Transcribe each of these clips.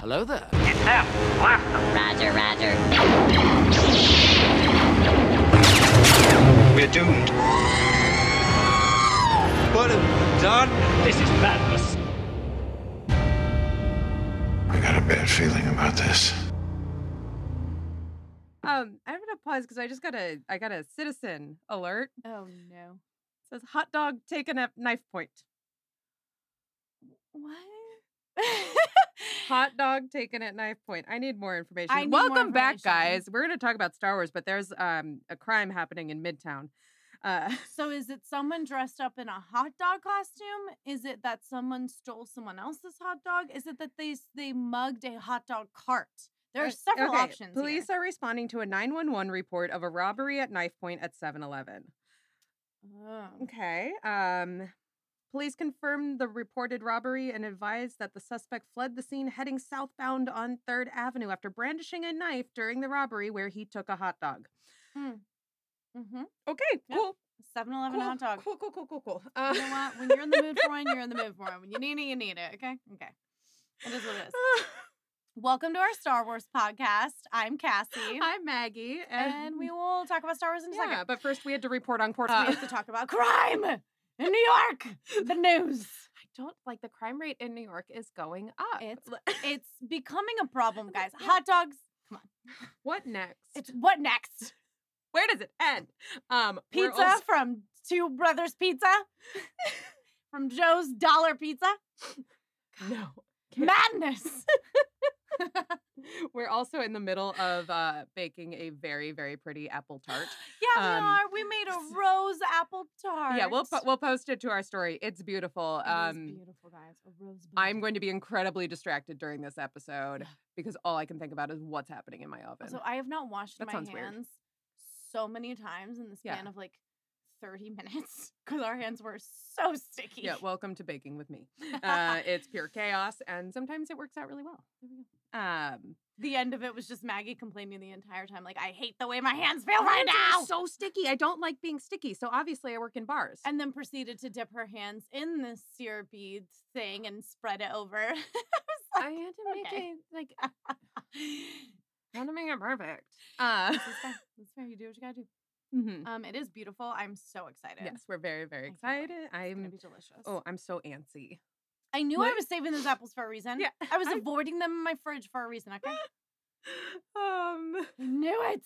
Hello there. It's them. Blast them. Roger, roger. We're doomed. What have we done? This is madness. I got a bad feeling about this. Um, I'm gonna pause because I just got a I got a citizen alert. Oh no. It says hot dog taken at knife point. What? Hot dog taken at knife point. I need more information. I need more Welcome back, information. guys. We're gonna talk about Star Wars, but there's um a crime happening in Midtown. Uh, So is it someone dressed up in a hot dog costume? Is it that someone stole someone else's hot dog? Is it that they s- they mugged a hot dog cart? There uh, are several okay, options. Police here. are responding to a 911 report of a robbery at knife point at 7-Eleven. Oh. Okay. Um, police confirmed the reported robbery and advised that the suspect fled the scene heading southbound on 3rd Avenue after brandishing a knife during the robbery where he took a hot dog. Mm-hmm. Okay, Yeah, cool. 7-Eleven hot dog. cool, cool, cool, cool, cool. Uh, You know what? When you're in the mood for one, you're in the mood for one. When you need it, you need it. Okay. Okay. It is what it is. Welcome to our Star Wars podcast. I'm Cassie, I'm Maggie, and we will talk about Star Wars in a yeah, second. Uh, but first we had to report on court. First, we have to talk about crime in New York. The news. I don't like the crime rate in New York is going up. It's it's becoming a problem, guys. Hot dogs. what next? It's what next? where does it end? Um, we're Pizza also- from Two Brothers Pizza, from Joe's Dollar Pizza. no. Madness. We're also in the middle of uh, baking a very, very pretty apple tart. Yeah, Um, we are. We made a rose apple tart. Yeah, we'll po- we'll post it to our story. It's beautiful. um, beautiful, guys. A rose. I'm going to be incredibly distracted during this episode Yeah. because all I can think about is what's happening in my oven. So I have not washed That my hands sounds weird. so many times in the Yeah. span of like 30 minutes because our hands were so sticky. yeah, welcome to baking with me. Uh, it's pure chaos, and sometimes it works out really well. Um, the end of it was just Maggie complaining the entire time, like I hate the way my hands feel right now. so sticky. I don't like being sticky, so obviously I work in bars. and then proceeded to dip her hands in this sear bead thing and spread it over. I was I like, had to make okay. it like this I had to make it perfect. Uh, is fine. That's fair. You do what you gotta do. mhm. Um, it is beautiful. I'm so excited. Yes, we're very very I can't wait. excited. It's gonna I'm be delicious. oh I'm so antsy. I knew I what- was saving those apples for a reason. Yeah, I was I- avoiding them in my fridge for a reason. Okay, Um. I knew it.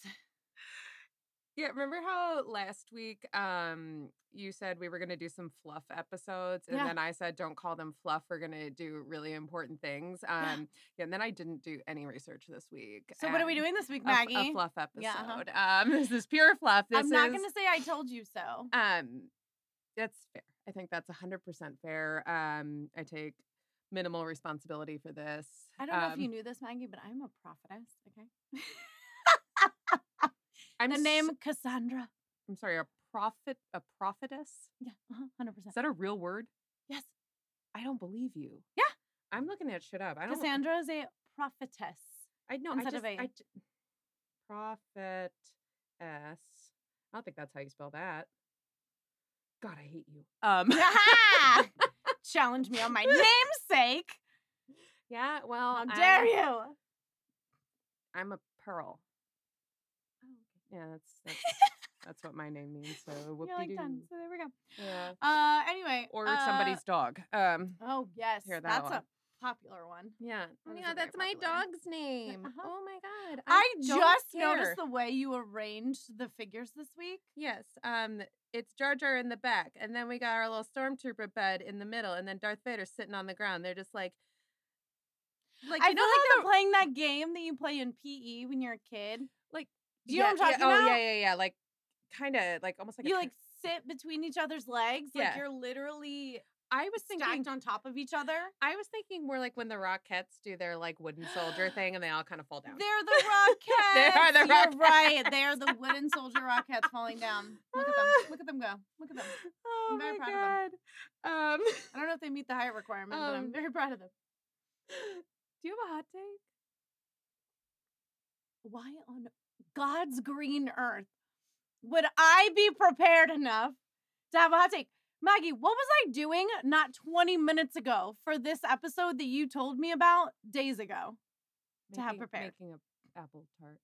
Yeah, remember how last week um you said we were going to do some fluff episodes and Yeah. then I said don't call them fluff, we're going to do really important things. Um Yeah. yeah. and then I didn't do any research this week. So what are we and doing this week, a f- Maggie? A, fluff episode. Yeah, uh-huh. Um this is pure fluff. This I'm not is gonna say I told you so. um that's fair. I think that's 100% fair. Um I take minimal responsibility for this. I don't know if Um, you knew this, Maggie, but I'm a prophetess. Okay. I'm the s- name Cassandra. I'm sorry, a prophet a prophetess? Yeah, hundred percent. Is that a real word? Yes, I don't believe you. Yeah. I'm looking that shit up. I don't. Cassandra is a prophetess. I know. I instead of just. a- I j- prophet s. I don't think that's how you spell that. God, I hate you. Um. Ha! Challenge me on my namesake. yeah. Well, How dare I'm- you? I'm a pearl. Oh, Yeah, that's that's, that's what my name means. So whoop You're like done. So there we go. Yeah. Uh, anyway, Or uh, somebody's dog. Um. Oh yes, Hear that that's one. a popular one. Yeah. that is a very popular one. name. Uh-huh. Oh my god. I don't just care. noticed the way you arranged the figures this week. Yes. Um, it's Jar Jar in the back, and then we got our little stormtrooper bed in the middle, and then Darth Vader sitting on the ground. They're just like, like I you know, feel like like they're playing that game that you play in PE when you're a kid. Like, do you know what I'm talking yeah, about? Oh yeah, yeah, yeah. Like, kind of like almost like a you tr- like sit between each other's legs, like Yeah. you're literally I was thinking. stacked on top of each other. I was thinking more like when the Rockettes do their like wooden soldier thing, and they all kind of fall down. They're the Rockettes. They are the You're right. They are the wooden soldier Rockettes falling down. Look at them. Look at them go. Look at them. oh I'm very proud god. Um, I don't know if they meet the height requirement, but I'm Um, very proud of them. do you have a hot take? Why on God's green earth would I be prepared enough to have a hot take? Maggie, what was I doing not 20 minutes ago for this episode that you told me about days ago? to have prepared. Making a apple tart.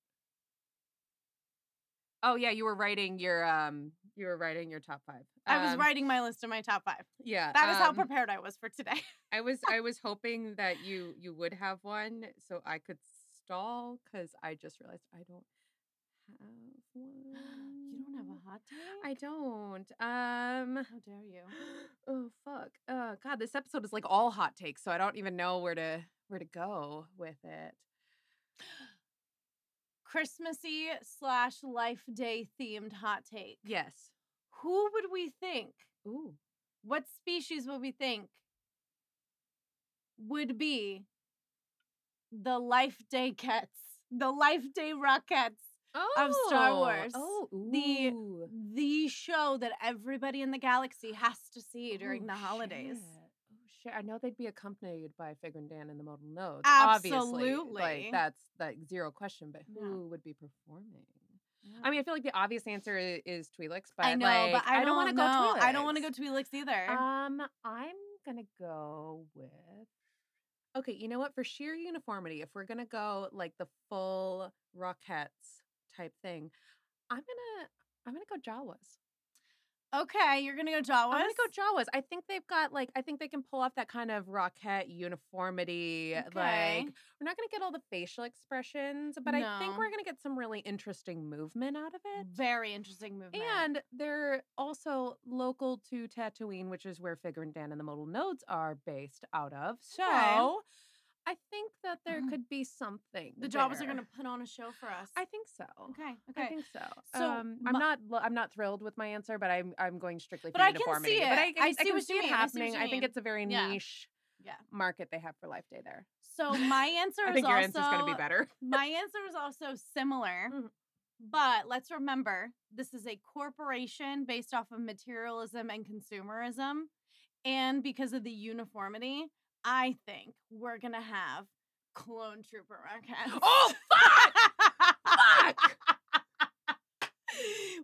Oh yeah, you were writing your um, you were writing your top five. I was Um, writing my list of my top five. Yeah, That is how um, prepared I was for today. I was I was hoping that you you would have one so I could stall because I just realized I don't have one. hot take? I don't. Um. How dare you? Oh fuck. Oh god, this episode is like all hot takes, so I don't even know where to where to go with it. Christmassy slash life day themed hot take. Yes. Who would we think? Ooh. What species would we think would be the life day cats? The life day rockets. Oh. Star Wars, Oh. the ooh. The show that everybody in the galaxy has to see during Oh, the holidays. shit. Oh shit! I know they'd be accompanied by Figure and Dan and the modal nodes. obviously. Absolutely. like that's like zero question. But Yeah. who would be performing? I mean, I feel like the obvious answer i- is Twi'leks, but I know, but like, I, don't want wanna to go. Twi'leks. I don't want to go Twi'leks either. Um, I'm gonna go with. Okay, you know what? For sheer uniformity, if we're gonna go like the full Rockettes type thing, I'm gonna I'm gonna go Jawas. okay, you're gonna go Jawas. I'm gonna go Jawas. I think they've got like I think they can pull off that kind of Rockette uniformity. Okay. Like we're not gonna get all the facial expressions, but I think No. we're gonna get some really interesting movement out of it. Very interesting movement. And they're also local to Tatooine, which is where Figure and Dan and the Modal Nodes are based out of. So I think that there Mm. could be something. the Jawas are there. gonna put on a show for us. I think so. okay, I okay. think so. So um, I'm my- not. lo- I'm not thrilled with my answer, but I'm. I'm going strictly for But I can see uniformity. it. But I I, see can what you see it mean. I see what happening. you I, think mean. it's a very Yeah. niche Yeah. market they have for Life Day there. So my answer I is think your also answer's going to be better. my answer is also similar, Mhm. but let's remember this is a corporation based off of materialism and consumerism, and because of the uniformity, I think we're gonna have clone trooper rockets. Oh, fuck! Fuck!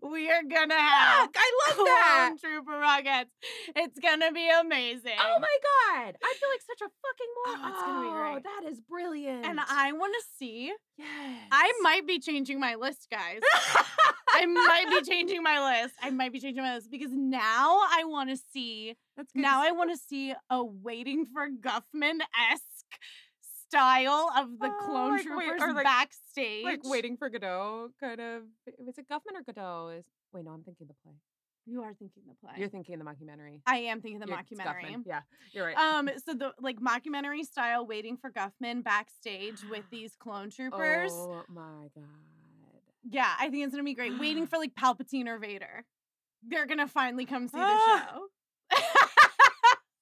We are gonna have I love clone Oh, that. trooper rockets. It's gonna be amazing. Oh my god! I feel like such a fucking moron. Oh, it's gonna be great. that is brilliant. And I want to see. yes. I might be changing my list, guys. I might be changing my list. I might be changing my list because now I want to see. That's good. Now I want to see a waiting for Guffman esque style of the Oh, clone like wait- or troopers like- backstage. like waiting for Godot, kind of. Was it Guffman or Godot? Is wait, no, I'm thinking the play. You are thinking the play. You're thinking the mockumentary. I am thinking the You're- it's mockumentary. Guffman. Yeah, you're right. Um, so the like mockumentary style waiting for Guffman backstage with these clone troopers. Oh my god. Yeah, I think it's gonna be great. Waiting for like Palpatine or Vader. They're gonna finally come see the Ah. show.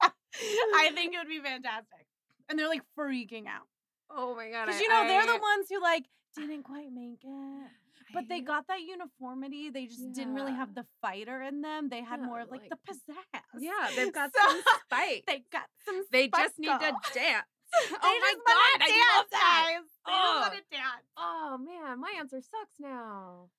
I think it would be fantastic. And they're like freaking out. Oh my god. Because you know, they're the ones who like didn't quite make it. But they got that uniformity. They just didn't really Yeah. have the fighter in them. They had Yeah, more of like, the like- pizzazz. Yeah, they've got So, some spike. They got some They just need to sparkle. dance. They oh my just wanna god, I love dance, that. guys. They just Oh. want to dance. Oh man, my answer sucks now.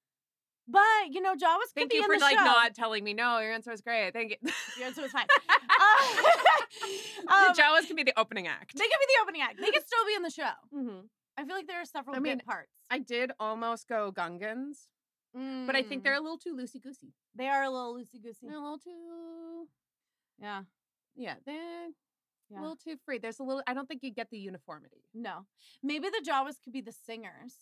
But you know, Jawas could Thank be you in for the like show. not telling me no. Your answer was great. Thank you. Your answer was fine. the Um, um, Jawas can be the opening act. They could be the opening act. They could still be in the show. Mhm. I feel like there are several I good mean, parts. I did almost go Gungans, but I think Mm, they're a little too loosey goosey. they are a little loosey goosey. They're a little too. Yeah. Yeah, they're Yeah. a little too free. There's a little. I don't think you get the uniformity. No. Maybe the Jawas could be the singers.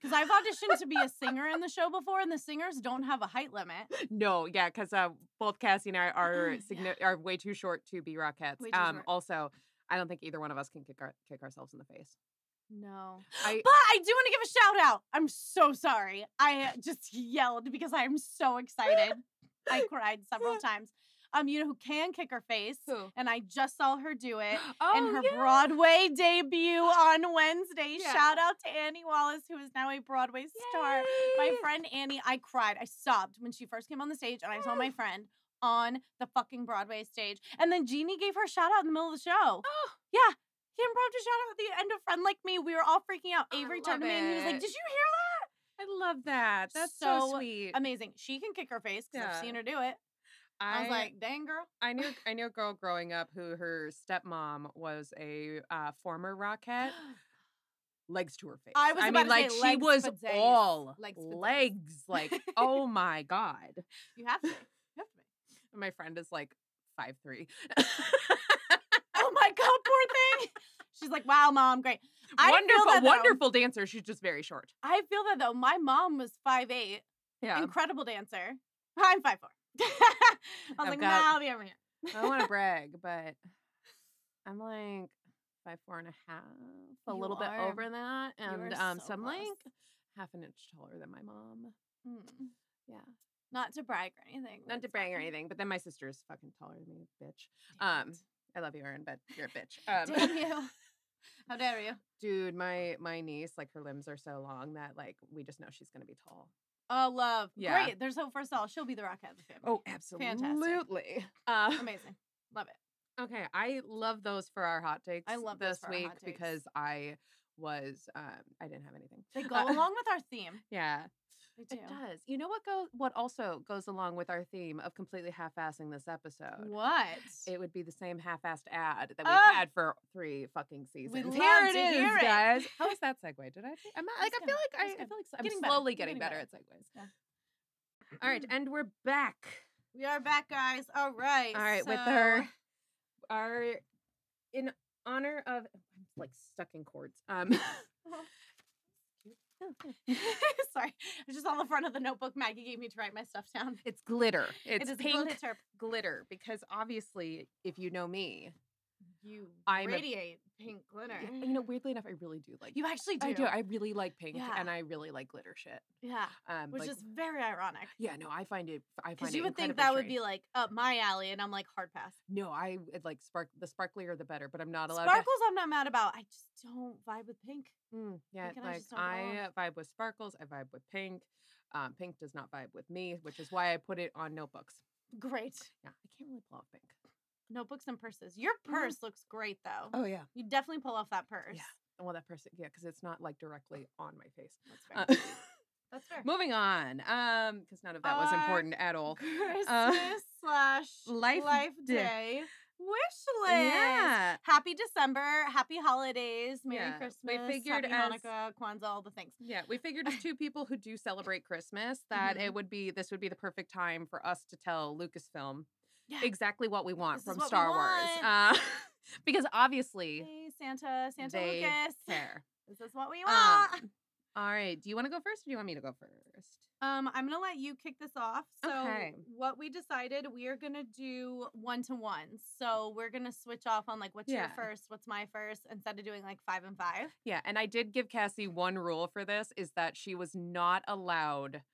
Because I've auditioned to be a singer in the show before, and the singers don't have a height limit. No, yeah, because uh, both Cassie and I are Yeah. signi- are way too short to be Rockettes. Way too Um, short. also, I don't think either one of us can kick our- kick ourselves in the face. No. I But I do want to give a shout out. I'm so sorry. I just yelled because I am so excited. I cried several times. Um, you know who can kick her face? Who? And I just saw her do it. oh, and her yeah. Broadway debut on Wednesday. Yeah. Shout out to Annie Wallace, who is now a Broadway star. My Yay. friend Annie, I cried. I sobbed when she first came on the stage, and I saw my friend on the fucking Broadway stage. And then Jeannie gave her a shout out in the middle of the show. Oh. Yeah. He improv a shout out at the end of Friend Like Me. We were all freaking out. I Avery love turned him in. He was like, it. Did you hear I love that. That's so, um, So sweet. that? Amazing. She can kick her face because I've Yeah. seen her do it. I, was like, Dang, girl. I knew I knew a girl growing up who her stepmom was a uh, former Rockette. legs to her face. I was I about mean, to say like she legs, was but days. all Legs, legs, but days. like oh my god. You have to. You have to. And my friend is like five three. Oh my god, poor thing. She's like, wow, mom, great. I feel that, wonderful, though. wonderful dancer. She's just very short. I feel that though. My mom was five eight, Yeah, incredible dancer. I'm five four. I was I've like, got- nah, I'll be over here. I don't want to brag, but I'm like five four and a half, a You little bit are- over that, you are and um, so so I'm close. like half an inch taller than my mom. Mm, Yeah. Not to brag or anything. but Not to it's brag or fucking- anything, but then my sister is fucking taller than me, bitch. Damn Um, it. I love you, Erin, but you're a bitch. Um, Damn you. How dare you? Dude, my my niece, like her limbs are so long that like we just know she's gonna be tall. Oh, love. Yeah. Great. There's hope for us all. She'll be the rocket of the family. Oh, absolutely. Uh, Amazing. Love it. okay, I love those for our hot takes. love those this for our hot week takes. because I was um, I didn't have anything. They go Uh, along with our theme. Yeah, They it do. does. You know what goes? What also goes along with our theme of completely half-assing this episode? What? It would be the same half-assed ad that we've Ah! had for three fucking seasons. love Here it to is, hear it. guys. How is that segue? Did I? I'm not, It like was I feel good. like It was I, I good. feel like You're I'm getting better. slowly You're getting, getting better, better. at segues. Yeah. All right, and we're back. we are back, guys. All right. All right, with so- our our in honor of I'm like stuck in cords. Um Sorry. It's just on the front of the notebook Maggie gave me to write my stuff down. it's glitter. It It's is pink glitter. glitter. because obviously if you know me, You I'm a- radiate pink glitter. yeah, you know weirdly enough I really do like You actually do. I do. I really like pink Yeah. and I really like glitter shit. yeah. Um Which like- is very ironic. yeah, no, I find it I find Because it you would think incredibly that would be strange. like up my alley, and I'm like hard pass. No, I it, like spark the sparklier the better, but I'm not allowed Sparkles, I'm not mad about. I just don't vibe with pink. to Mm, Yeah, can I like just not get I vibe with sparkles, I vibe with pink. Um, pink does not vibe with me, which is why I put it on notebooks. Great. Yeah, I can't really pull off pink. Notebooks and purses. Your purse looks great though. Mm-hmm. Oh yeah. You definitely pull off that purse. Well, that person, yeah, because it's not like directly on my face. That's fair. Uh, That's fair. moving on, um, because none of that was Our important at all. Uh, Christmas Uh, slash Life life, Day. day wish list. yeah, Happy December. Happy holidays. Merry Yeah, we Christmas. figured Happy as- Hanukkah, Kwanzaa, all the things. yeah. We figured as two people who do celebrate Christmas that it would be this would be the perfect time for us to tell Lucasfilm Yeah. exactly what we want This is from what we Star want. Wars, uh, because obviously Hey, Santa, Santa they Lucas. care. This is what we want. Um, all right. Do you want to go first, or do you want me to go first? Um, I'm gonna let you kick this off. So Okay. what we decided, we are gonna do one to ones. So we're gonna switch off on like what's your Yeah. first, what's my first, instead of doing like five and five. Yeah, and I did give Cassie one rule for this is that she was not allowed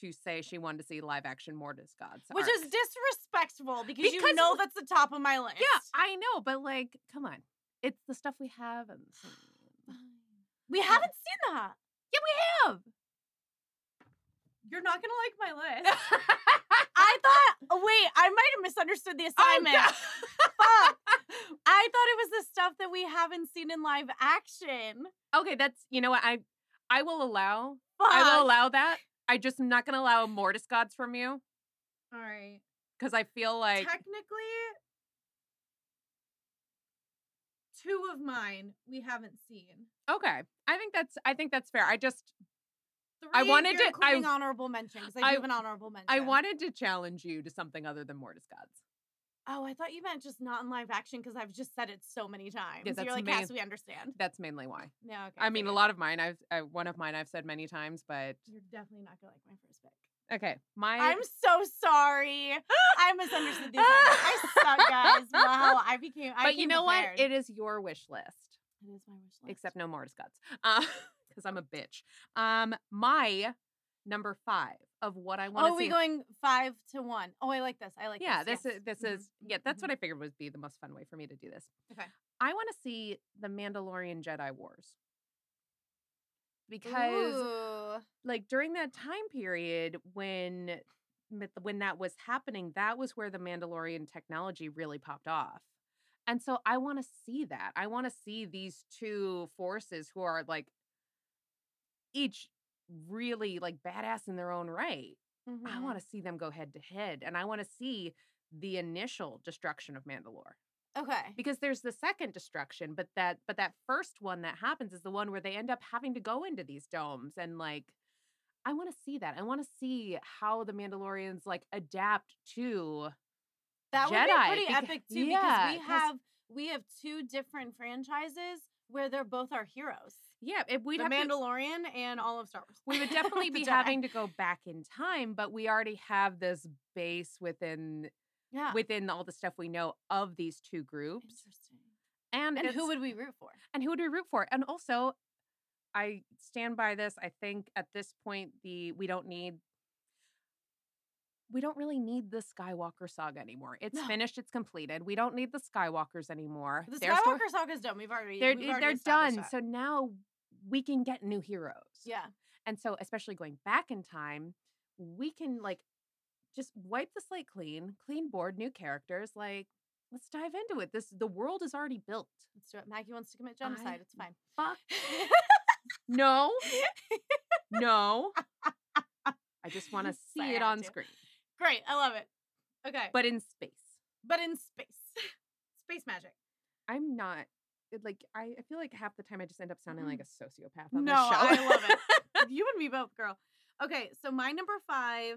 to say she wanted to see live action Mortis Gods. Which is arc. disrespectful because, Because you know w- that's the top of my list. Yeah, I know, but like, come on. It's the stuff we have and hmm. We haven't seen that. have. You're not gonna like my list. I thought oh, wait, I might have misunderstood Oh, the assignment. Fuck. I thought it was the stuff that we haven't seen in live action. okay, that's you know what I I will allow. I Fuck. will allow that. I just am not gonna allow Mortis Gods from you All right. because I feel like technically two of mine we haven't seen. okay. I think that's I think that's fair. I just Three I wanted you're to- I- including honorable mention because I, I- do have an honorable mention. I wanted to challenge you to something other than Mortis Gods. Oh, I thought you meant just not in live action because I've just said it so many times. that's You're like, main- yes, we understand. That's mainly why. No, okay. I mean, a figured. lot of mine. I've I, one of mine I've said many times, but You're definitely not gonna like my first pick. okay. My I'm so sorry. I misunderstood these. I suck, guys. Wow, I became. I but you came know prepared. what? It is your wish list, it is my wish list. except no Mortis guts, because I'm a bitch. Um, my number five of what I want to oh, we see. going five to one. Oh, I like this. I like. yeah, this, this yes. is this Mhm, is yeah. mhm, That's mhm. what I figured would be the most fun way for me to do this. Okay. I want to see the Mandalorian Jedi Wars because Ooh. like during that time period when myth- when that was happening that was where the mandalorian technology really popped off and so i want to see that i want to see these two forces who are like each really like badass in their own right mm-hmm. i want to see them go head to head and i want to see the initial destruction of mandalore Okay. because there's the second destruction but that but that first one that happens is the one where they end up having to go into these domes and like i want to see that i want to see how the mandalorians like adapt to That would Jedi, be pretty beca- epic too, yeah, because we 'cause- have we have two different franchises where they're both our heroes. yeah if we'd the have to, Mandalorian and all of Star Wars. we would definitely The be Jedi. having to go back in time but we already have this base within yeah. within all the stuff we know of these two groups Interesting. and And it's- who would we root for? and who would we root for? And also, I stand by this. I think at this point, the we don't need we don't really need the Skywalker saga anymore. It's No. finished. It's completed. We don't need the Skywalkers anymore. The Their sto- Skywalker saga's done. We've already they're eh, we've they're, already established done. that. So now we can get new heroes. yeah, And so, especially going back in time, we can like just wipe the slate clean, clean board, new characters. Like, let's dive into it. This the world is already built. let's do it. Maggie wants to commit I- genocide. It's fine. Fuck no. No. I just want to Sorry, see I it had on to. screen, Great, I love it. Okay, but, but in space. in space, space magic. I'm not it, like I, I feel like half the time I just end up sounding like a sociopath on no, this show. I love it. you and me both, girl. Okay, so my number five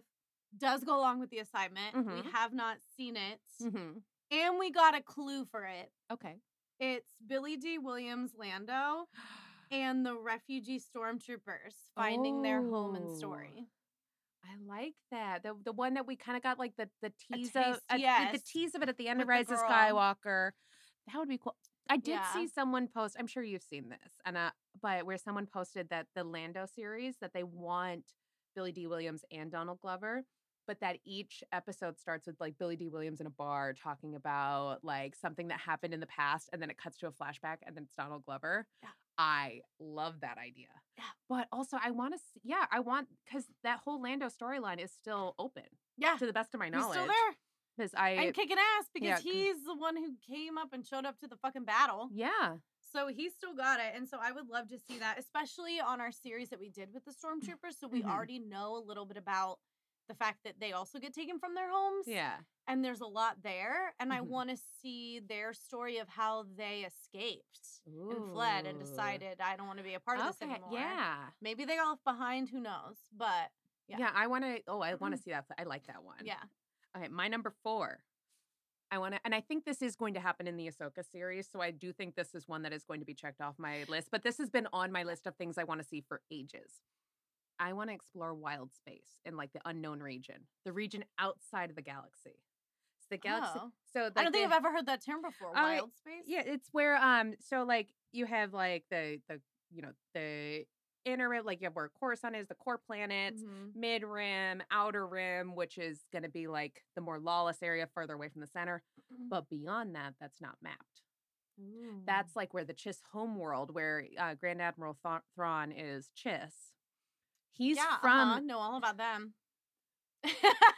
does go along with the assignment. We Mhm. have not seen it, Mhm. and we got a clue for it. Okay. It's Billy D. Williams Lando and the refugee stormtroopers finding their home and Oh. story. I like that. The the one that we kind of got like the the tease of taste, at- at the yes, tease of it at the end of with the Rise of girl. Skywalker. That would be cool. I did Yeah. see someone post. I'm sure you've seen this, and uh, but where someone posted that the Lando series that they want Billy D. Williams and Donald Glover, but that each episode starts with like Billy D. Williams in a bar talking about like something that happened in the past, and then it cuts to a flashback, and then it's Donald Glover. Yeah. I love that idea. Yeah. But also, I want to, yeah, I want, because that whole Lando storyline is still open Yeah, to the best of my he's knowledge. still there. Because I, and kicking ass because yeah, 'cause- he's the one who came up and showed up to the fucking battle. yeah. So he still got it. And so I would love to see that, especially on our series that we did with the Mm, stormtroopers. So we Mhm. already know a little bit about the fact that they also get taken from their homes. Yeah. And there's a lot there. And I Mhm. want to see their story of how they escaped and fled and Ooh. decided, I don't want to be a part of this Okay, anymore. Yeah. Maybe they got left behind. Who knows? But Yeah. Mm-hmm. yeah. I want to, oh, I want to see that. I like that one. yeah. Okay, my number four. I want to, and I think this is going to happen in the Ahsoka series. So I do think this is one that is going to be checked off my list. But this has been on my list of things I want to see for ages. I want to explore wild space in like the unknown region, the region outside of the galaxy. It's the galaxy. Oh. So I don't like, think they- I've ever heard that term before. Uh, Wild space? Yeah, it's where um so like you have like the the you know the inner rim, like you have where Coruscant is, the core planets, Mhm. mid rim, outer rim, which is gonna be like the more lawless area further away from the center. Mm-hmm. But beyond that, that's not mapped. Ooh. That's like where the Chiss homeworld, where uh, Grand Admiral Thra- Thrawn is Chiss. He's yeah, from uh-huh, know all about them. uh-huh.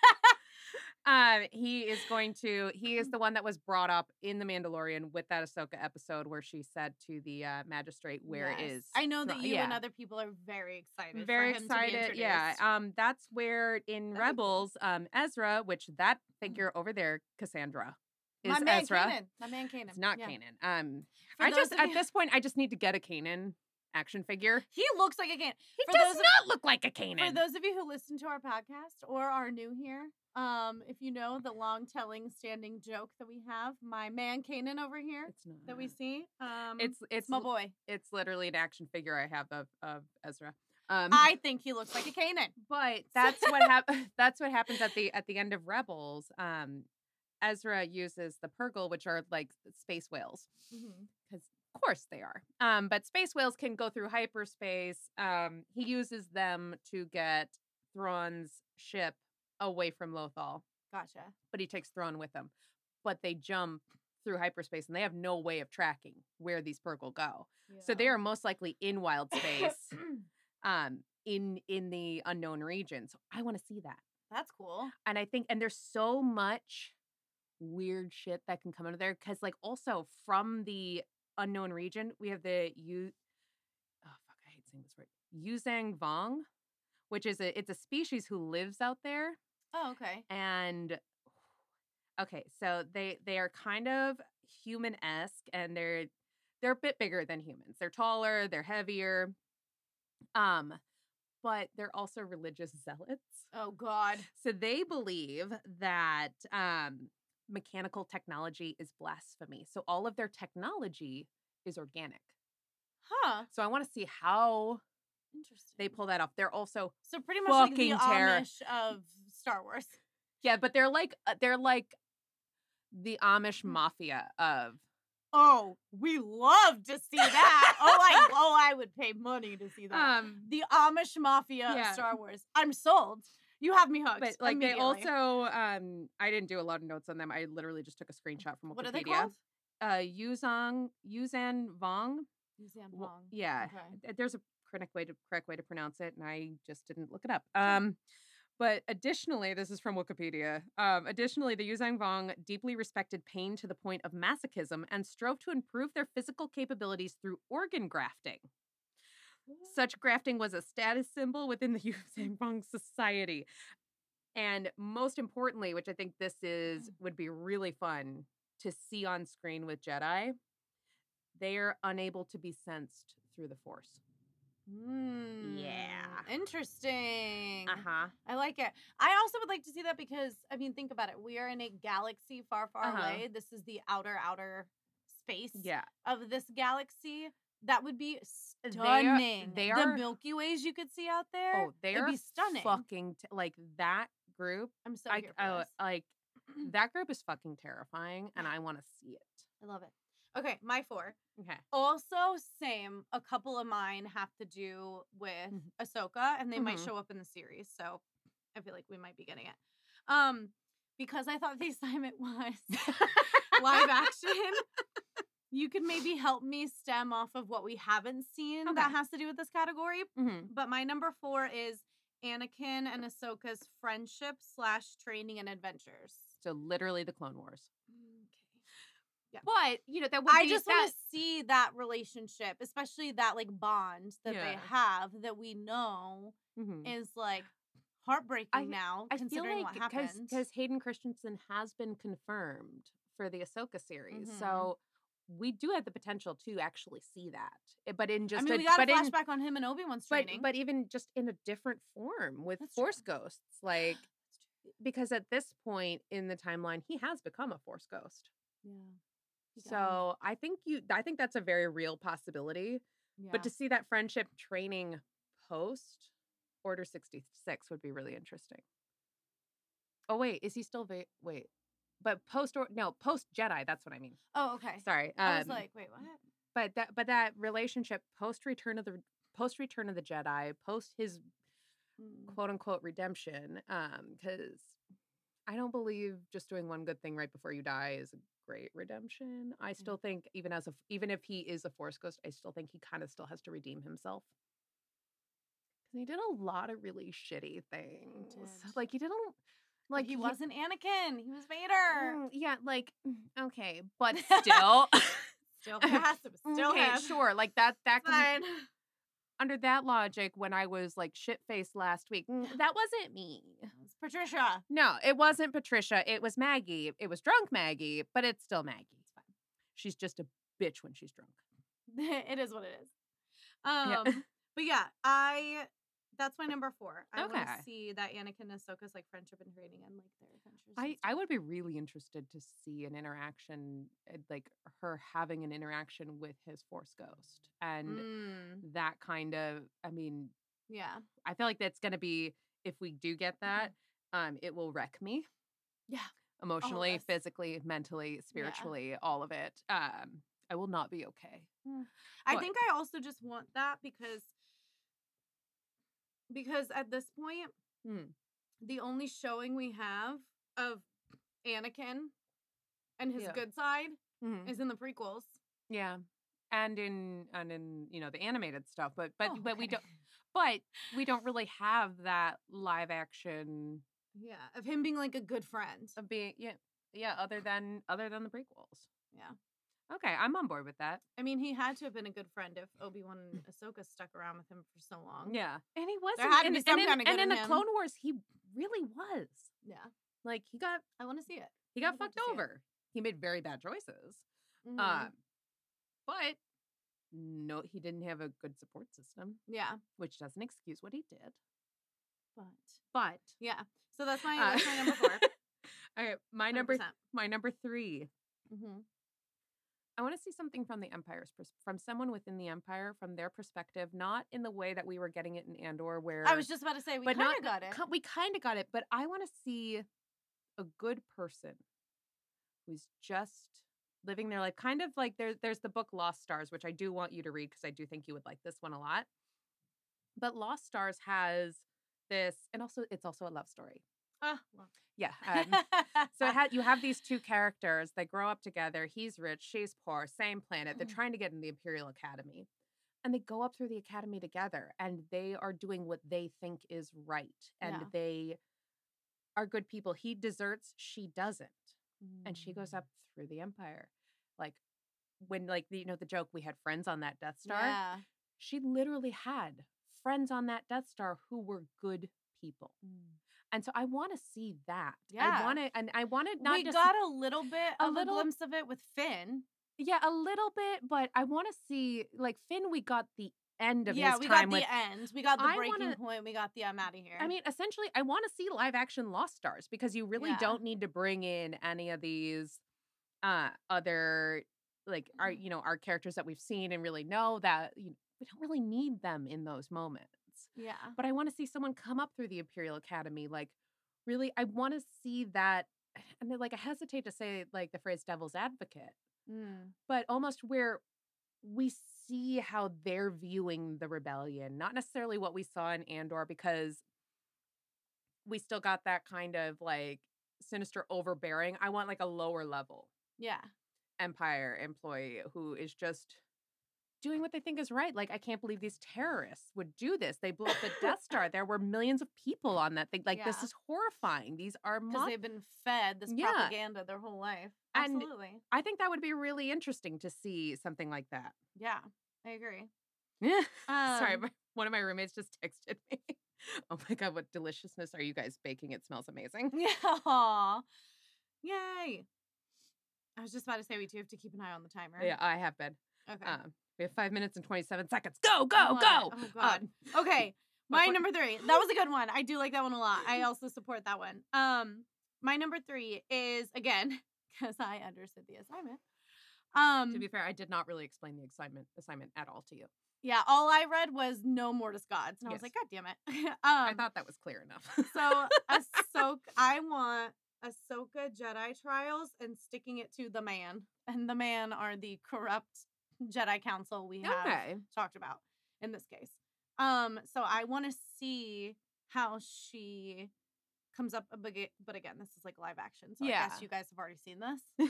Um, he is going to. He is the one that was brought up in the Mandalorian with that Ahsoka episode where she said to the uh, magistrate, "Where is Yes. I know that Thrawn?" you yeah. and other people are very excited. Very for him to be excited. Yeah. introduced. Um, that's where in That'd be cool. Mm-hmm. Rebels, um, Ezra, which that figure over there, Cassandra, is my man Ezra. Kanan. My man Kanan. It's not yeah. Kanan. Um, For I those just of at you- this point, I just need to get a Kanan action figure. He looks like a Kanan. He For does those of- not look like a Kanan. For those of you who listen to our podcast or are new here, um, if you know the long telling standing joke that we have, my man Kanan over here it's not. that we see. Um Mm. It's it's it's my l- boy. it's literally an action figure I have of of Ezra. Um, I think he looks like a Kanan. But that's what hap- that's what happens at the at the end of Rebels. Um, Ezra uses the Purgle, which are like space whales. mm-hmm, Of course they are. Um, but space whales can go through hyperspace. Um, he uses them to get Thrawn's ship away from Lothal, Gotcha. but he takes Thrawn with him. But they jump through hyperspace and they have no way of tracking where these Purgle go. So they Yeah. are most likely in wild space. um in in the unknown regions. I want to see that. That's cool. And I think and there's so much weird shit that can come out of there cuz like also from the unknown region, we have the you Oh fuck, I hate saying this word. Yuzang Vong, which is a it's a species who lives out there Oh, okay. and okay, so they they are kind of human-esque and they're they're a bit bigger than humans. They're taller, they're heavier. Um but they're also religious zealots. Oh God. So they believe that um, mechanical technology is blasphemy. So all of their technology is organic. Huh. So I want to see how Interesting. they pull that off. They're also so pretty much like the fucking terror. Amish of Star Wars. yeah, but they're like uh, they're like the Amish Mm. mafia of Oh, we love to see that. oh, I oh I would pay money to see that. um the Amish mafia yeah. of Star Wars. I'm sold. You have me hooked. but like they immediately. also um I didn't do a lot of notes on them. I literally just took a screenshot from Wikipedia. what are they called? Uh Yuzong Yuzan Vong. Museum Wo- Hong. Yeah, Okay. th- there's a correct way to correct way to pronounce it, and I just didn't look it up. Um, but additionally, this is from Wikipedia. Um, additionally, the Yuzhang Vong deeply respected pain to the point of masochism and strove to improve their physical capabilities through organ grafting. Such grafting was a status symbol within the Yuzhang Vong society. And most importantly, which I think this is would be really fun to see on screen with Jedi, they are unable to be sensed through the Force. Mm, Yeah. Interesting. huh. I like it. I also would like to see that because I mean, think about it. We are in a galaxy far, far Uh-huh. away. This is the outer, outer space Yeah. of this galaxy. That would be are- stunning. they the are- Milky Ways you could see out there. Oh, they it'd are be stunning. fucking t- like that group. I'm so I here for oh, this. like that group is fucking terrifying, and I want to see it. I love it. Okay, my four. Okay. Also, same. A couple of mine have to do with Mhm. Ahsoka, and they might Mhm. show up in the series. So I feel like we might be getting it. Um, because I thought the assignment was live action. You could maybe help me stem off of what we haven't seen that Okay. has to do with this category. Mm-hmm. But my number four is Anakin and Ahsoka's friendship slash training and adventures. So literally the Clone Wars. Mm, Okay. But you know that would I be just want that. to see that relationship, especially that like bond that they Yeah. have that we know Mhm. is like heartbreaking I- now, I feel considering like what happened. because Hayden Christensen has been confirmed for the Ahsoka series, Mhm. so we do have the potential to actually see that. eh, But in just I mean, a, we got a but in- flashback on him and Obi Wan's but training. but even just in a different form with That's true. force ghosts like eh, because at this point in the timeline he has become a force ghost yeah. He got him. so i think you i think that's a very real possibility Yeah. but to see that friendship training post order 66 would be really interesting oh wait is he still va- wait but post or no post jedi that's what i mean oh okay. sorry I was um, like, wait, what? but that but that relationship post return of the post return of the jedi post his Mm. quote unquote redemption um because i don't believe just doing one good thing right before you die is a great redemption i Mm-hmm. still think even as a f- even if he is a force ghost i still think he kind of still has to redeem himself 'Cause he did a lot of really shitty things did. like he didn't Like like he wasn't Anakin. He was Vader. Mm, yeah like mm, okay but still Mm, Still has to still okay, him. sure like that that could be- Fine. under that logic when i was like shit faced last week mm, that wasn't me It's Patricia. No, it wasn't Patricia. It was Maggie. It was drunk Maggie, but it's still Maggie. It's fine. She's just a bitch when she's drunk. it is what it is. Um, but yeah, I that's my number four. I want Okay. to see that Anakin and Ahsoka's like friendship and training and like their adventures. and I, I stuff. would be really interested to see an interaction, uh, like her having an interaction with his Force Ghost and Mm, that kind of. I mean, yeah, I feel like that's going to be if we do get that, um, it will wreck me. Yeah. Emotionally, us. physically, mentally, spiritually, all of it. Um, I will not be okay. I But- think I also just want that because because at this point, Mm. the only showing we have of Anakin and his Yeah. good side Mm-hmm. is in the prequels. Yeah. And in and in you know the animated stuff, but but Oh, but we okay. don't but we don't really have that live action Yeah, of him being like a good friend. of being yeah yeah other than other than the prequels. Yeah. Okay, I'm on board with that. I mean, he had to have been a good friend if Obi Wan and Ahsoka stuck around with him for so long. Yeah, and he was. There in- had to and, be and some in, kinda good and in in the him. Clone Wars, he really was. Yeah. Like he got I want to see it. he I got would love fucked to see it. over. He made very bad choices. Mhm. Um, but no, he didn't have a good support system, yeah. which doesn't excuse what he did. But But yeah. So that's my uh, that's my number 4 all right, my number, th- my number three. Mm-hmm. I want to see something from the Empire's pers- from someone within the Empire, from their perspective, not in the way that we were getting it in Andor, where eh I was just about to say we but kind not of got it. ki- we kind of got it, but I want to see a good person who's just living their life. Kind of like there's there's the book Lost Stars, which I do want you to read because I do think you would like this one a lot. But Lost Stars has this, and also it's also a love story. Ah, well. Yeah. Um, so it ha- you have these two characters. They grow up together. He's rich, she's poor, same planet. They're Mm. trying to get in the Imperial Academy. And they go up through the academy together and they are doing what they think is right. And Yeah. they are good people. He deserts, she doesn't. And she Mm-hmm. Mm. goes up through the empire. Like when like the, you know the joke we had friends on that Death Star. Yeah. She literally had friends on that Death Star who were good people. Mm. And so I want to see that. I Yeah. want to, and I want to not we just got a little bit a of little- a glimpse of it with Finn. yeah, a little bit, but I want to see like Finn. We got the end of yeah, his we time got with. the end. We got the I breaking wanna- point. We got the I'm out of here. I mean, essentially, I want to see live action Lost Stars because you really Yeah. don't need to bring in any of these uh other like our Mm-hmm. you know our characters that we've seen and really know that you know, we don't really need them in those moments. yeah. But I want to see someone come up through the Imperial Academy, like really. I want to see that, and then, like I hesitate to say like the phrase "devil's advocate." Mm. but almost where we see how they're viewing the rebellion, not necessarily what we saw in Andor, because we still got that kind of like sinister overbearing. I want like a lower level Yeah. empire employee who is just doing what they think is right. Like, I can't believe these terrorists would do this. They blew up the Death Star. There were millions of people on that thing. Like, this Yeah. is horrifying. These are Because mob they've been fed this Yeah. propaganda their whole life. And- Absolutely. I think that would be really interesting to see something like that. yeah. I agree. Yeah. Um, Sorry, my, one of my roommates just texted me. Oh my god, what deliciousness are you guys baking? It smells amazing. Yeah. aw. Yay. I was just about to say we do have to keep an eye on the timer. Yeah, I have been. Okay. Um, we have five minutes and twenty-seven seconds. Go, I go, love go! it. Oh god. Um, okay. My we're- number three. That was a good one. I do like that one a lot. I also support that one. Um, my number three is again because I understood the assignment. Um, to be fair, I did not really explain the assignment assignment at all to you. yeah, all I read was no Mortis gods, and I was Yes. like, God damn it. um, I thought that was clear enough. so Ahsoka, I want Ahsoka Jedi trials and sticking it to the man, and the man are the corrupt Jedi Council we have okay, talked about in this case. Um, so I want to see how she comes up, a big, but again, this is like live action, so I Yeah. guess you guys have already seen this.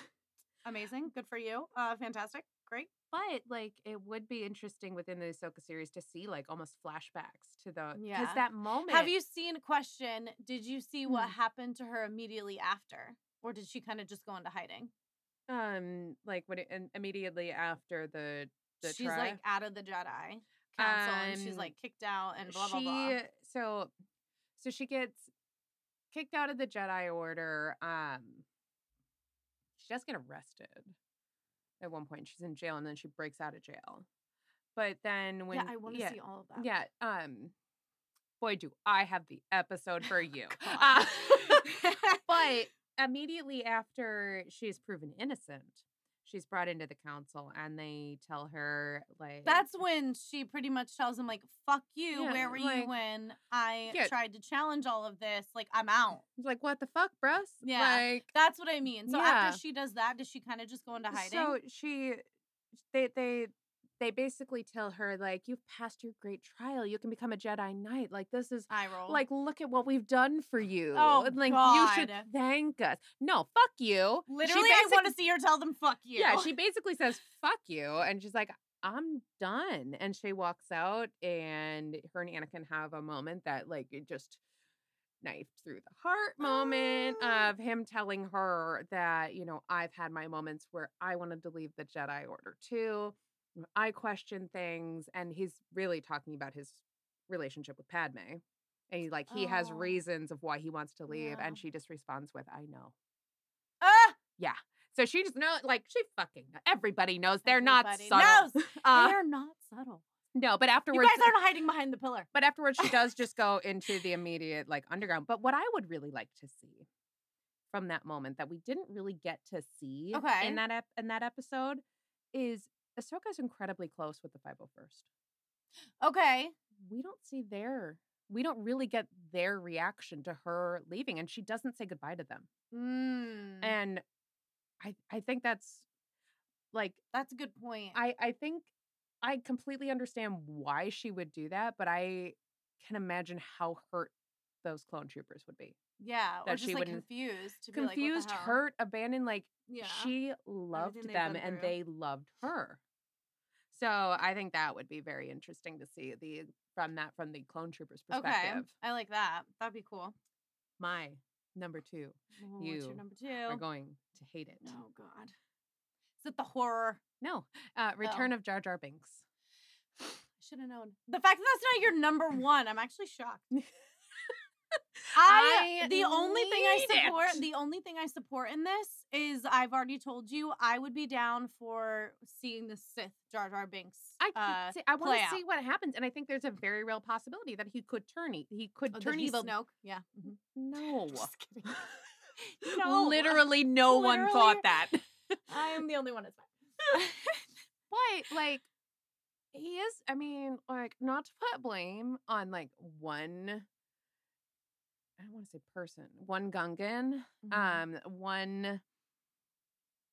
Amazing, good for you, uh, fantastic, great. but like it would be interesting within the Ahsoka series to see like almost flashbacks to the because Yeah. that moment. Have you seen? Question: Did you see what Hmm. happened to her immediately after, or did she kind of just go into hiding? um like when it, and immediately after the the she's trial? like out of the Jedi Council, and she's Um, like kicked out, and blah blah she blah. so so she gets kicked out of the Jedi Order. Um she does get arrested at one point. She's in jail and then she breaks out of jail. But then when yeah, I want to yeah, see all of that. Yeah, um boy do I have the episode for you. God. Uh, but immediately after she's proven innocent, she's brought into the council and they tell her like That's when she pretty much tells him, like, fuck you. Yeah, Where were like- you when I Yeah. tried to challenge all of this? Like, I'm out. like what the fuck, bros? Yeah. Like That's what I mean. So Yeah. after she does that, does she kind of just go into hiding? So she, they, they, they basically tell her like, "You've passed your great trial. You can become a Jedi Knight. Like this is I roll. like, look at what we've done for you. Oh, and, like you should God. thank us. No, fuck you. She literally, I want to basic- see her tell them, fuck you. Yeah, she basically says, "Fuck you," and she's like. I'm done. And she walks out, and her and Anakin have a moment that, like, it just knife through the heart moment Oh. of him telling her that, you know, I've had my moments where I wanted to leave the Jedi Order too. where I question things. And he's really talking about his relationship with Padme. And he's like, he has Oh. reasons of why he wants to leave. Yeah. And she just responds with, I know. Ah! Yeah. So she just know, like she fucking kn- everybody knows they're not Everybody subtle. knows. Uh, they are not subtle. no, but You afterwards, guys aren't hiding behind the pillar. uh, But afterwards, she she does just go into the immediate like underground. But what I would really like to see from that moment that we didn't really get to see Okay. in that ep- in that episode is Ahsoka's incredibly close with the 501st. Okay. We don't see their we don't really get their reaction to her leaving, and she doesn't say goodbye to them. Mm, And I I think that's like that's a good point. I I think I completely understand why she would do that, but I can imagine how hurt those clone troopers would be. yeah. Or that just she like wouldn't- confused. To be like, what Confused, the hell? hurt, abandoned. Like Yeah. she loved they've them been and through. they loved her. So I think that would be very interesting to see the from that from the clone troopers okay. perspective. I like that. That'd be cool. My number two, Ooh, What's You your number two? are going to hate it. oh God. Is it the horror? No, uh, Return of Jar Jar Binks. Should have known. The fact that that's not your number one, I'm actually shocked. I, I the only thing I need support it. the only thing I support in this is I've already told you I would be down for seeing the Sith Jar Jar Binks. I uh, can see, I want play to out. see what happens, and I think there's a very real possibility that he could turn. e- He could oh, the turn Heath evil. Snoke. Yeah. mm-hmm. mhm. No, Just kidding. No. literally, no one Literally. thought that. I am the only one that's fine. But like, he is. I mean, like, not to put blame on like one. I don't want to say person. One Gungan. Mm-hmm. Um, one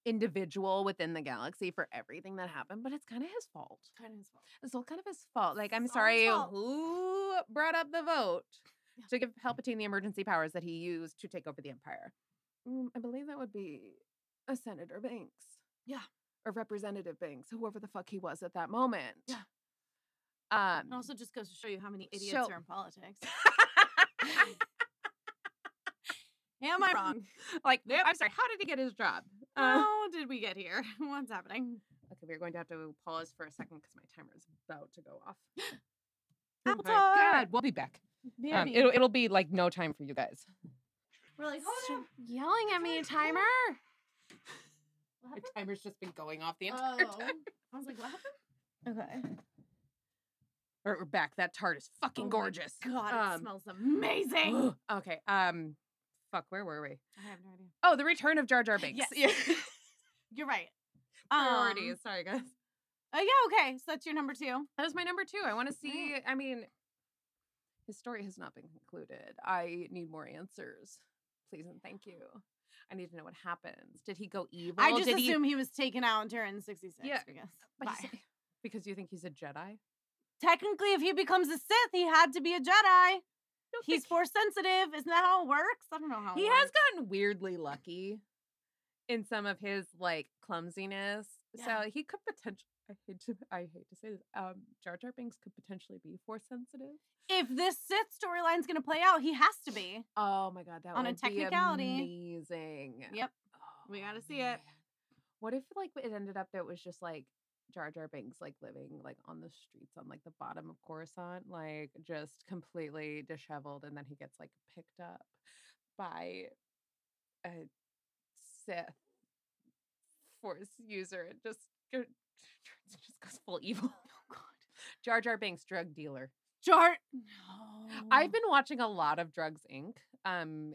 individual within the galaxy for everything that happened, but it's kind of his fault. Kind of his fault. It's all kind of his fault. Like, I'm It's all his sorry fault. who brought up the vote Yeah. to give Palpatine the emergency powers that he used to take over the Empire. Mm, I believe that would be a Senator Banks. Yeah. Or Representative Banks, whoever the fuck he was at that moment. Yeah. Um, It also just goes to show you how many idiots So- are in politics. Am I wrong? like, I'm sorry, how did he get his job? Uh, How did we get here? What's happening? okay, we're going to have to pause for a second because my timer is about to go off. Oh Apple my time. God, we'll be back. Um, Baby. it'll, it'll be like no time for you guys. We're like, hold on. yelling at me, timer. What My happened? timer's just been going off the entire Oh. time. I was like, what happened? Okay. All right, we're back. That tart is fucking Oh my gorgeous. God, it Um, smells amazing. ugh, okay. Um, fuck. Where were we? I have no idea. Oh, the return of Jar Jar Binks. Yes. Yeah. You're right. Priorities. Um, Sorry, guys. uh, yeah, okay. So that's your number two. That was my number two. I want to see. I mean, his story has not been concluded. I need more answers, please and thank you. I need to know what happens. Did he go evil? I just Did he- assume he... was taken out and turned in 66. Yeah, I guess. But Bye. he's- because you think he's a Jedi. Technically, if he becomes a Sith, he had to be a Jedi. Don't He's think- force sensitive. Isn't that how it works? I don't know how it he works. has gotten weirdly lucky in some of his like clumsiness. Yeah. So he could potentially. I hate to. I hate to say this. Um, Jar Jar Binks could potentially be force sensitive. if this Sith storyline's going to play out, he has to be. Oh my god, that On a would technicality. be amazing. Yep. We Oh, gotta see it. What if like it ended up that was just like Jar Jar Binks like living like on the streets on like the bottom of Coruscant, like just completely disheveled, and then he gets like picked up by a Sith Force user. It just go- it just goes full evil. Oh God, Jar Jar Binks drug dealer. Jar. No. I've been watching a lot of Drugs Inc. Um,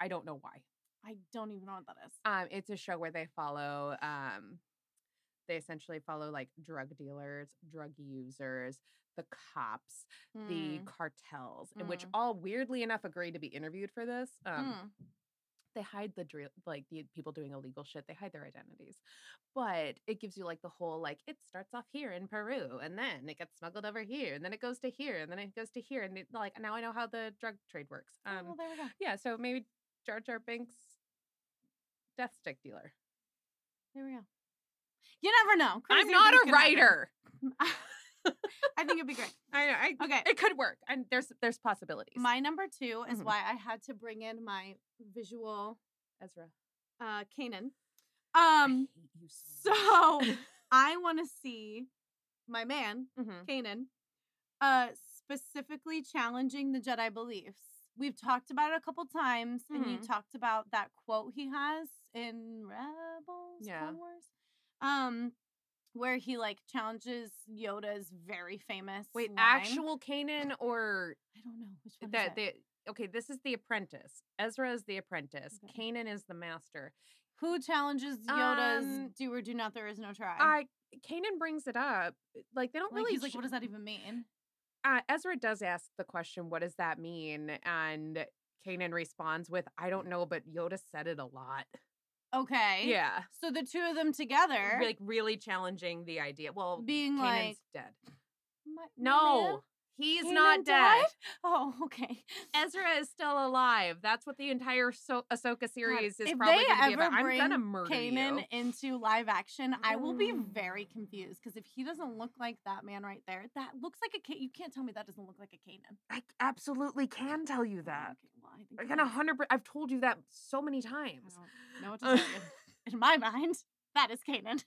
I don't know why. I don't even know what that is. Um, it's a show where they follow. Um, they essentially follow like drug dealers, drug users, the cops, the Mm. cartels, and which Mm. all weirdly enough agree to be interviewed for this. Um, Mm. they hide the dri- like the people doing illegal shit they hide their identities but it gives you like the whole like it starts off here in peru and then it gets smuggled over here and then it goes to here and then it goes to here and it, like now i know how the drug trade works Oh, um there we go. yeah so maybe jar jar binks death stick dealer There we go. You never know. i'm Crazy not things a could happen. writer I think it'd be great. i know i Okay. it could work and there's there's possibilities My number two is Mhm. why I had to bring in my visual ezra uh Kanan. I Um hate you so I wanna see my man, mm-hmm. Kanan, uh specifically challenging the Jedi beliefs We've talked about it a couple times, and you Mhm. talked about that quote he has in Rebels Yeah. Clone Wars, um, where he like challenges Yoda's very famous. Wait, line. actual Kanan or I don't know which one. is that it? the okay, this is the apprentice. Ezra is the apprentice. Okay. Kanan is the master. Who challenges Yoda's Um, "Do or do not"? There is no try. I Kanan brings it up. Like they don't like, really he's like, sh- what does that even mean? uh, Ezra does ask the question, "What does that mean?" And Kanan responds with, "I don't know, but Yoda said it a lot." Okay. Yeah, So the two of them together, like really challenging the idea. Well, being Kanan's like, dead. "My- my man, No, he's not Kanan dead. died?" Oh, okay. Ezra is still alive. That's what the entire so- Ahsoka series is if probably they going to be about. ever I'm gonna bring murder Kanan you. into live action, I will be Mm. very confused because if he doesn't look like that man right there, that looks like a Kanan. You can't tell me that doesn't look like a Kanan. I absolutely can tell you that. Okay, well, I think I you're can right. 100 per- I've told you that so many I times. don't know what to tell you. In my mind, that is Kanan.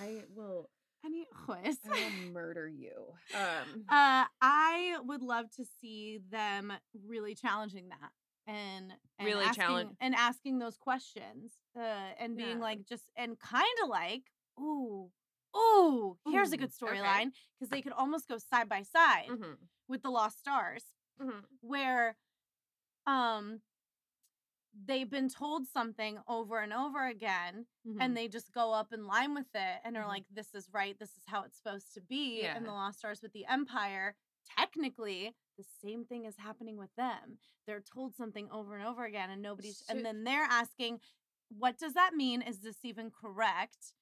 I will Anyways. I will murder you. Um Uh, I would love to see them really challenging that and, and Really asking, challenge- and asking those questions uh, and being Yeah. like just and kind of like ooh ooh here's a Ooh, good okay. storyline because they could almost go side by side mhm, with the Lost Stars mhm. where um they've been told something over and over again mm-hmm. and they just go up in line with it and are Mhm. like, this is right, this is how it's supposed to be. And the Yeah. Lost Stars with the Empire, technically, the same thing is happening with them. They're told something over and over again, and nobody's, So- and then they're asking, what does that mean? Is this even correct?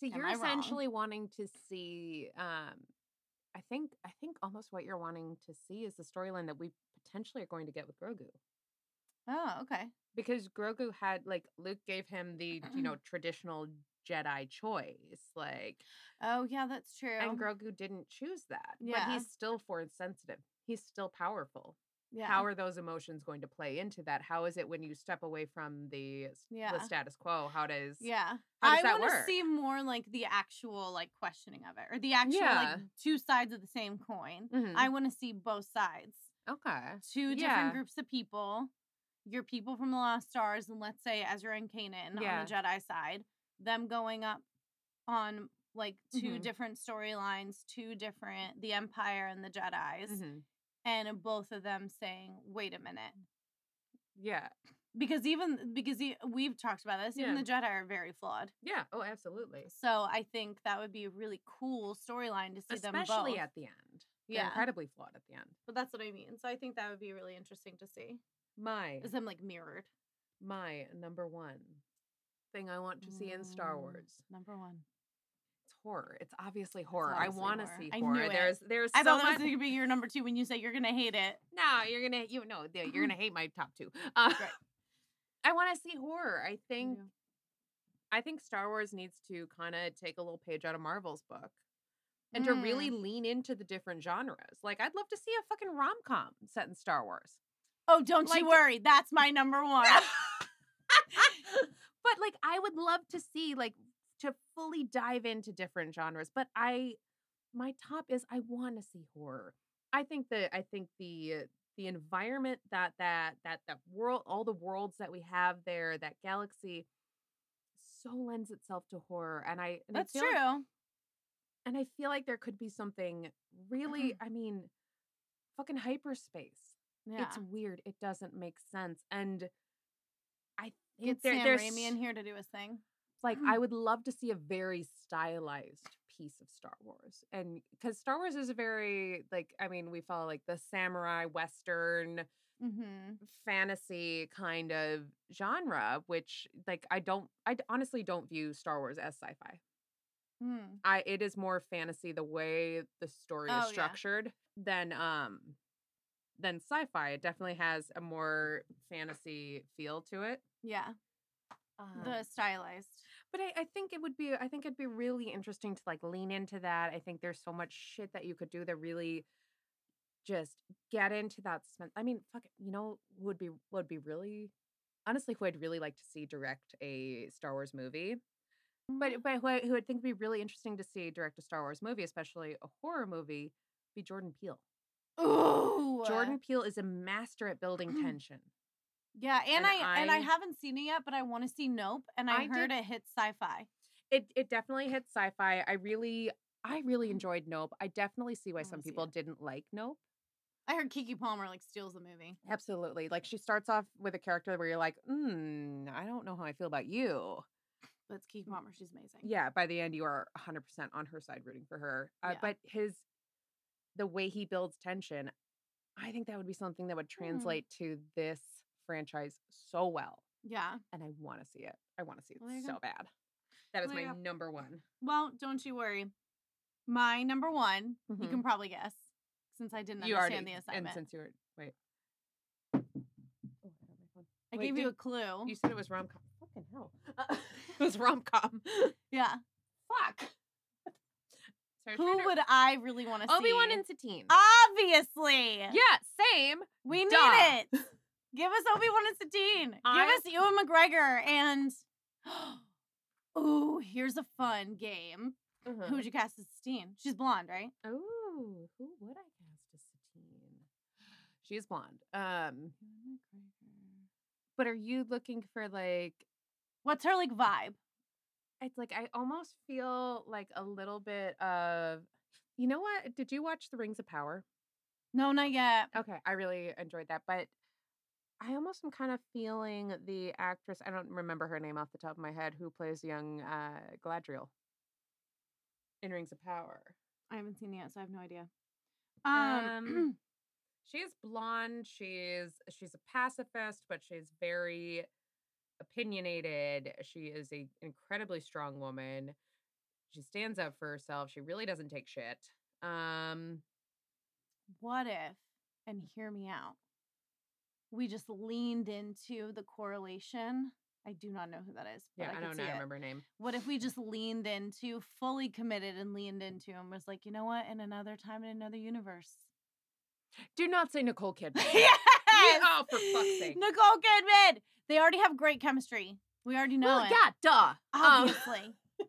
So Am you're I wrong? essentially wanting to see um I think I think almost what you're wanting to see is the storyline that we potentially are going to get with Grogu. Oh, okay. because Grogu had like Luke gave him the you know traditional Jedi choice, like, Oh, yeah, that's true. and Grogu didn't choose that. Yeah. But he's still force sensitive. He's still powerful. yeah. How are those emotions going to play into that? How is it when you step away from the s- Yeah. the status quo? How does Yeah. how does I that wanna work? see more like the actual like questioning of it or the actual like Yeah. two sides of the same coin. Mhm. I want to see both sides. okay. two Yeah. different groups of people your people from the lost stars and let's say ezra and kanan Yeah. on the jedi side them going up on like 2 Mhm. different storylines two different the empire and the jedis Mhm. and both of them saying wait a minute Yeah. because even because e- we've talked about this even Yeah. the jedi are very flawed Yeah. Oh, absolutely. so i think that would be a really cool storyline to see them Especially both at the end. They're Yeah. incredibly flawed at the end. but that's what i mean so i think that would be really interesting to see My is them like mirrored my number one thing I want to see in Star Mm, Wars. number one It's horror. It's obviously horror. obviously I want to horror. see I horror. knew it. There's there's I so thought that much. was gonna be your number two when you say you're gonna hate it. No, you're gonna you know the- you're gonna hate my top two. Uh, Right. I want to see horror. I think Mm. I think Star Wars needs to kind of take a little page out of Marvel's book and to really lean into the different genres. Like I'd love to see a fucking rom com set in Star Wars. Oh, don't Like- you worry. That's my number one. but like I would love to see like to fully dive into different genres, but I my top is I want to see horror. I think that I think the the environment that that that that world all the worlds that we have there that galaxy so lends itself to horror and I and That's I true. feel and I feel like there could be something really Mm-hmm. I mean fucking hyperspace Yeah. it's weird. It doesn't make sense. And I Get think there, Sam there's Raimi in here to do his thing. like Hmm. I would love to see a very stylized piece of Star Wars, and because Star Wars is a very like I mean we follow like the samurai western Mm-hmm. fantasy kind of genre, which like I don't I d- honestly don't view Star Wars as sci-fi. mm-hmm, I it is more fantasy the way the story Oh, is yeah. structured than um than sci-fi. It definitely has a more fantasy feel to it. Yeah. the stylized. but I, I think it would be I think it'd be really interesting to like lean into that. I think there's so much shit that you could do that really just get into that suspense. I mean, fuck it, you know, who would be would be really honestly who I'd really like to see direct a Star Wars movie. But but who I, who I think would be really interesting to see direct a Star Wars movie, especially a horror movie, be Jordan Peele. Ooh. Jordan Peele is a master at building tension. Yeah, and, and I, and I I- haven't seen it yet, but I want to see Nope, and I, I heard did- it hit sci-fi. It it definitely hit sci-fi. I really I really enjoyed Nope. Mm-hmm. Oh, I definitely see why I some wanna see people it. didn't like Nope. I heard Kiki Palmer like steals the movie. Absolutely. Like she starts off with a character where you're like, mm, I don't know how I feel about you. But it's Kiki Palmer; she's amazing. Yeah, by the end, you are 100% on her side rooting for her. Uh, Yeah. But his, the way he builds tension, I think that would be something that would translate to this franchise so well. yeah. And I want to see it. I want to see it Well, there you go. so bad. That is Well, there my you number one. Well, don't you worry. My number one, you can probably guess since I didn't You already, understand the and assignment. since you were, wait. Oh, I have my phone. I wait, gave you a did- clue. You said it was rom com. Fucking hell. Uh, it was rom com. yeah. Fuck. Sorry, Who would I really want to see? Oh, Obi Wan and Satine? Obviously. yeah, same. We need duh. it. Give us Obi Wan and Satine. Give I- us Ewan McGregor and. Ooh, here's a fun game. Mm-hmm. Who would you cast as Satine? She's blonde, right? Oh, who would I cast as Satine? She is blonde. Um, but are you looking for like? What's her like vibe? It's like I almost feel like a little bit of. You know what? Did you watch The Rings of Power? No, not yet. Okay, I really enjoyed that, but I almost am kind of feeling the actress. I don't remember her name off the top of my head. Who plays young uh, Galadriel in Rings of Power? I haven't seen it yet, so I have no idea. um Um, she is blonde. She's she's a pacifist, but she's very opinionated. She is a incredibly strong woman. She stands up for herself. She really doesn't take shit. Um, what if, and hear me out, we just leaned into the correlation? I do not know who that is. But yeah, I, could don't see know. I it. remember her name. What if we just leaned into, fully committed and leaned into, and was like, you know what? In another time, in another universe. Do not say Nicole Kidman. yes! oh, for fuck's sake. Nicole Kidman! They already have great chemistry. We already know Well, it. yeah, duh. Um, Obviously. eh,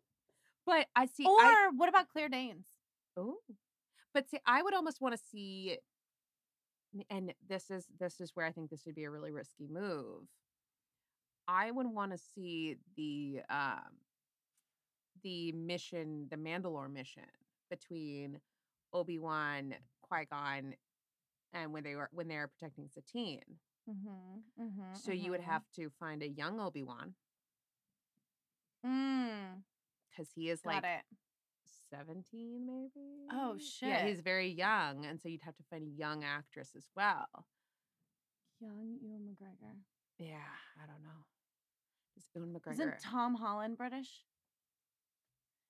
but I see. or I, what about Claire Danes? Ooh. But see, I would almost want to see, n- and this is this is where I think this would be a really risky move. I would want to see the um, the mission, the Mandalore mission between Obi Wan, Qui Gon, and when they were when they are protecting Satine. Mm-hmm, mm-hmm, So you would have to find a young Obi Wan Mm, because he is got like it. 17 maybe Oh, yeah shit. he's very young and so you'd have to find a young actress as well Young Ewan McGregor. yeah i don't know is Ewan mcgregor Isn't Tom Holland British?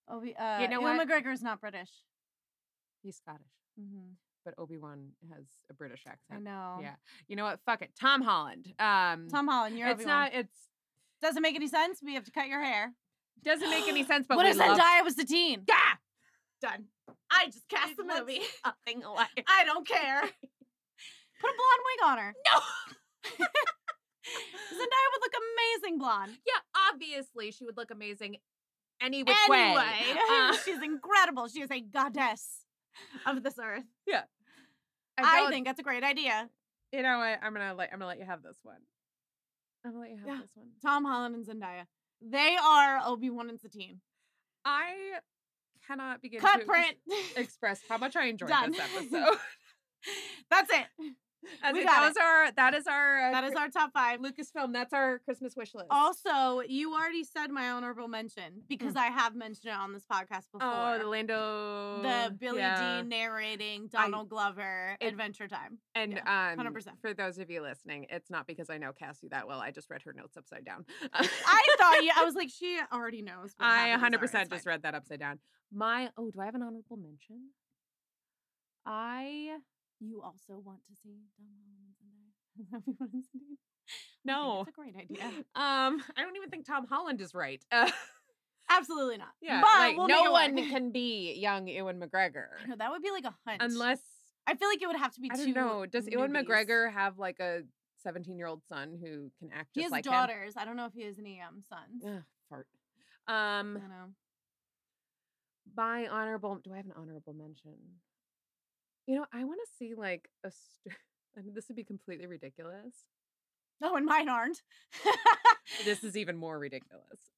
Obi, uh, know Ewan what? McGregor's not British. Mm-hmm, he's scottish but obi-wan has a british I accent know. yeah you know what fuck it tom holland um Tom Holland, you're it's Obi-Wan. not it's Doesn't make any sense. We have to cut your hair. doesn't make any sense but what we if love- Zendaya was the teen? yeah Done. I just cast the Let's movie. fucking like- I don't care. Put a blonde wig on her. no Zendaya would look amazing blonde. yeah obviously she would look amazing any which way anyway, Uh, she's incredible. She is a goddess of this earth. I, don't- think that's a great idea. you know what i'm gonna let i'm gonna let you have this one i'm gonna let you have Yeah. this one Tom Holland and Zendaya. They are Obi Wan and Satine. I cannot begin Cut to print. express how much I enjoyed Done. this episode. That's it. As We in, got that was our that is our uh, That is our top five. Lucasfilm. That's our Christmas wish list. Also, you already said my honorable mention because I have mentioned it on this podcast oh, the before. Lando, the Billy yeah. Dean narrating Donald Glover it- Adventure Time. and um, 100%. for those of you listening, it's not because I know Cassie that well. I just read her notes upside down. I thought you. I was like, she already knows. what I happens. 100 Sorry, percent it's just fine. read that upside down. My oh, do I have an honorable mention? I You also want to see Donald Glover Adventure Time? no. it's a great idea. Um, I don't even think Tom Holland is right. Uh, Absolutely not. Yeah, but like, we'll make no it one work. can be young Ewan McGregor I know, that would be like a hunt. unless I feel like it would have to be. I two don't know. Does Ewan newbies. McGregor have like a seventeen-year-old son who can act He just has like him? Mm. daughters. I don't know if he has any um sons. Ugh, fart. I Um, don't know. by honorable, do I have an honorable mention? You know, I want to see like a. St- I mean, this would be completely ridiculous. No, Oh, and mine aren't. This is even more ridiculous.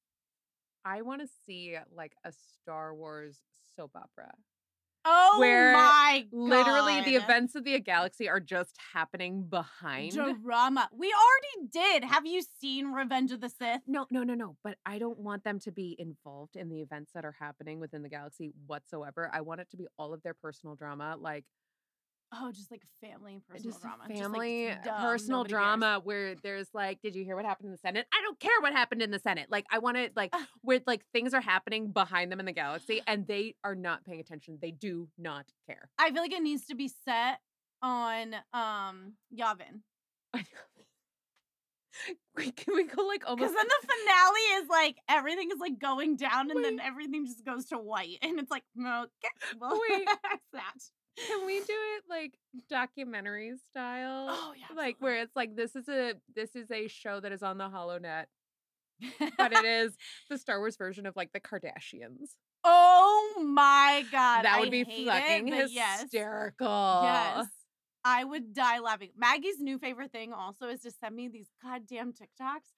I want to see like a Star Wars soap opera. oh Where my god. Literally, the events of the galaxy are just happening behind. Drama. We already did. Have you seen Revenge of the Sith? no, no, no, no. But I don't want them to be involved in the events that are happening within the galaxy whatsoever. I want it to be all of their personal drama, like Oh, just like family and personal just drama. a Just, like, family uh, it's dumb, personal nobody cares. drama where there's like, did you hear what happened in the Senate? I don't care what happened in the Senate. Like, I want it like Ah. where like things are happening behind them in the galaxy, and they are not paying attention. They do not care. I feel like it needs to be set on um Yavin. Wait, can we go like Because almost? then the finale is like everything is like going down and then Wait. everything just goes to white. And it's like, okay, well, Wait. that's that. Can we do it like documentary style? Oh, yeah, absolutely. like where it's like this is a this is a show that is on the Hollow Net, but it is the Star Wars version of like the Kardashians. oh my god. that I would be hate it, fucking but yes. hysterical. Yes. I would die laughing. Maggie's new favorite thing also is to send me these goddamn TikToks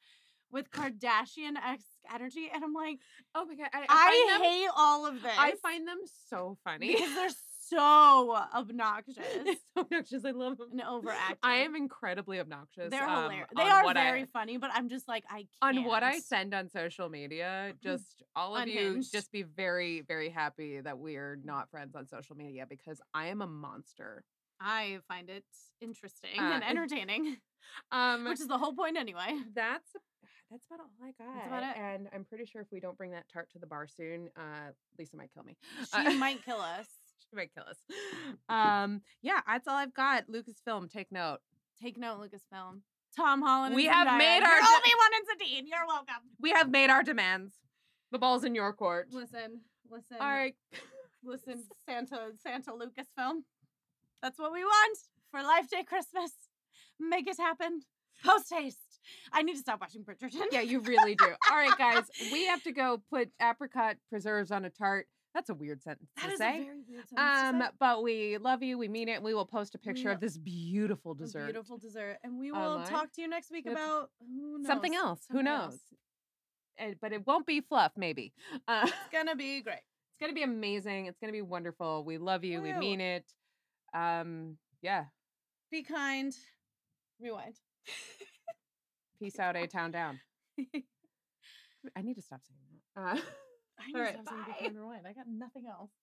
with Kardashian esque energy. And I'm like, Oh my god, I, I, I, find them- hate all of this. I find them so funny. because they're so obnoxious. It's so obnoxious. I love them. and overacted. I am incredibly obnoxious. They're um, hilarious. They on are what I- very funny, but I'm just like I on can't. what I send on social media, just all of you Mm-hmm. Unhinged. just be very, very happy that we're not friends on social media because I am a monster. I find it interesting Uh, and entertaining, Um which is the whole point anyway. that's that's about all I got. That's about it. And I'm pretty sure if we don't bring that tart to the bar soon, uh Lisa might kill me. She Uh, might kill us. She might kill us. Um, yeah, that's all I've got. Lucasfilm, take note. Take note, Lucasfilm. Tom Holland. We and have Zendaya. made You're our de- Obi Wan and Zadine. You're welcome. We have made our demands. The ball's in your court. Listen, listen. All right. Listen, Santa, Santa Lucasfilm. That's what we want for Life Day Christmas. Make it happen. Post haste. I need to stop watching Bridgerton. Yeah, you really do. All right, guys, we have to go put apricot preserves on a tart. That's a weird sentence That to is say. a very weird sentence to um, say. but we love you. We mean it. We will post a picture lo- of this beautiful A dessert. Beautiful dessert. And we will Online. talk to you next week Yep. about who knows. Something else. Who Something knows? else. And- but it won't be fluff, maybe. Uh, It's gonna be great. it's gonna be amazing. It's gonna be wonderful. We love you. We Woo. mean it. Um, yeah. Be kind. Rewind. Peace out, A Town Down. I need to stop saying that. Uh, I need to All right, Uh, stop saying be bye. kind, rewind. I got nothing else.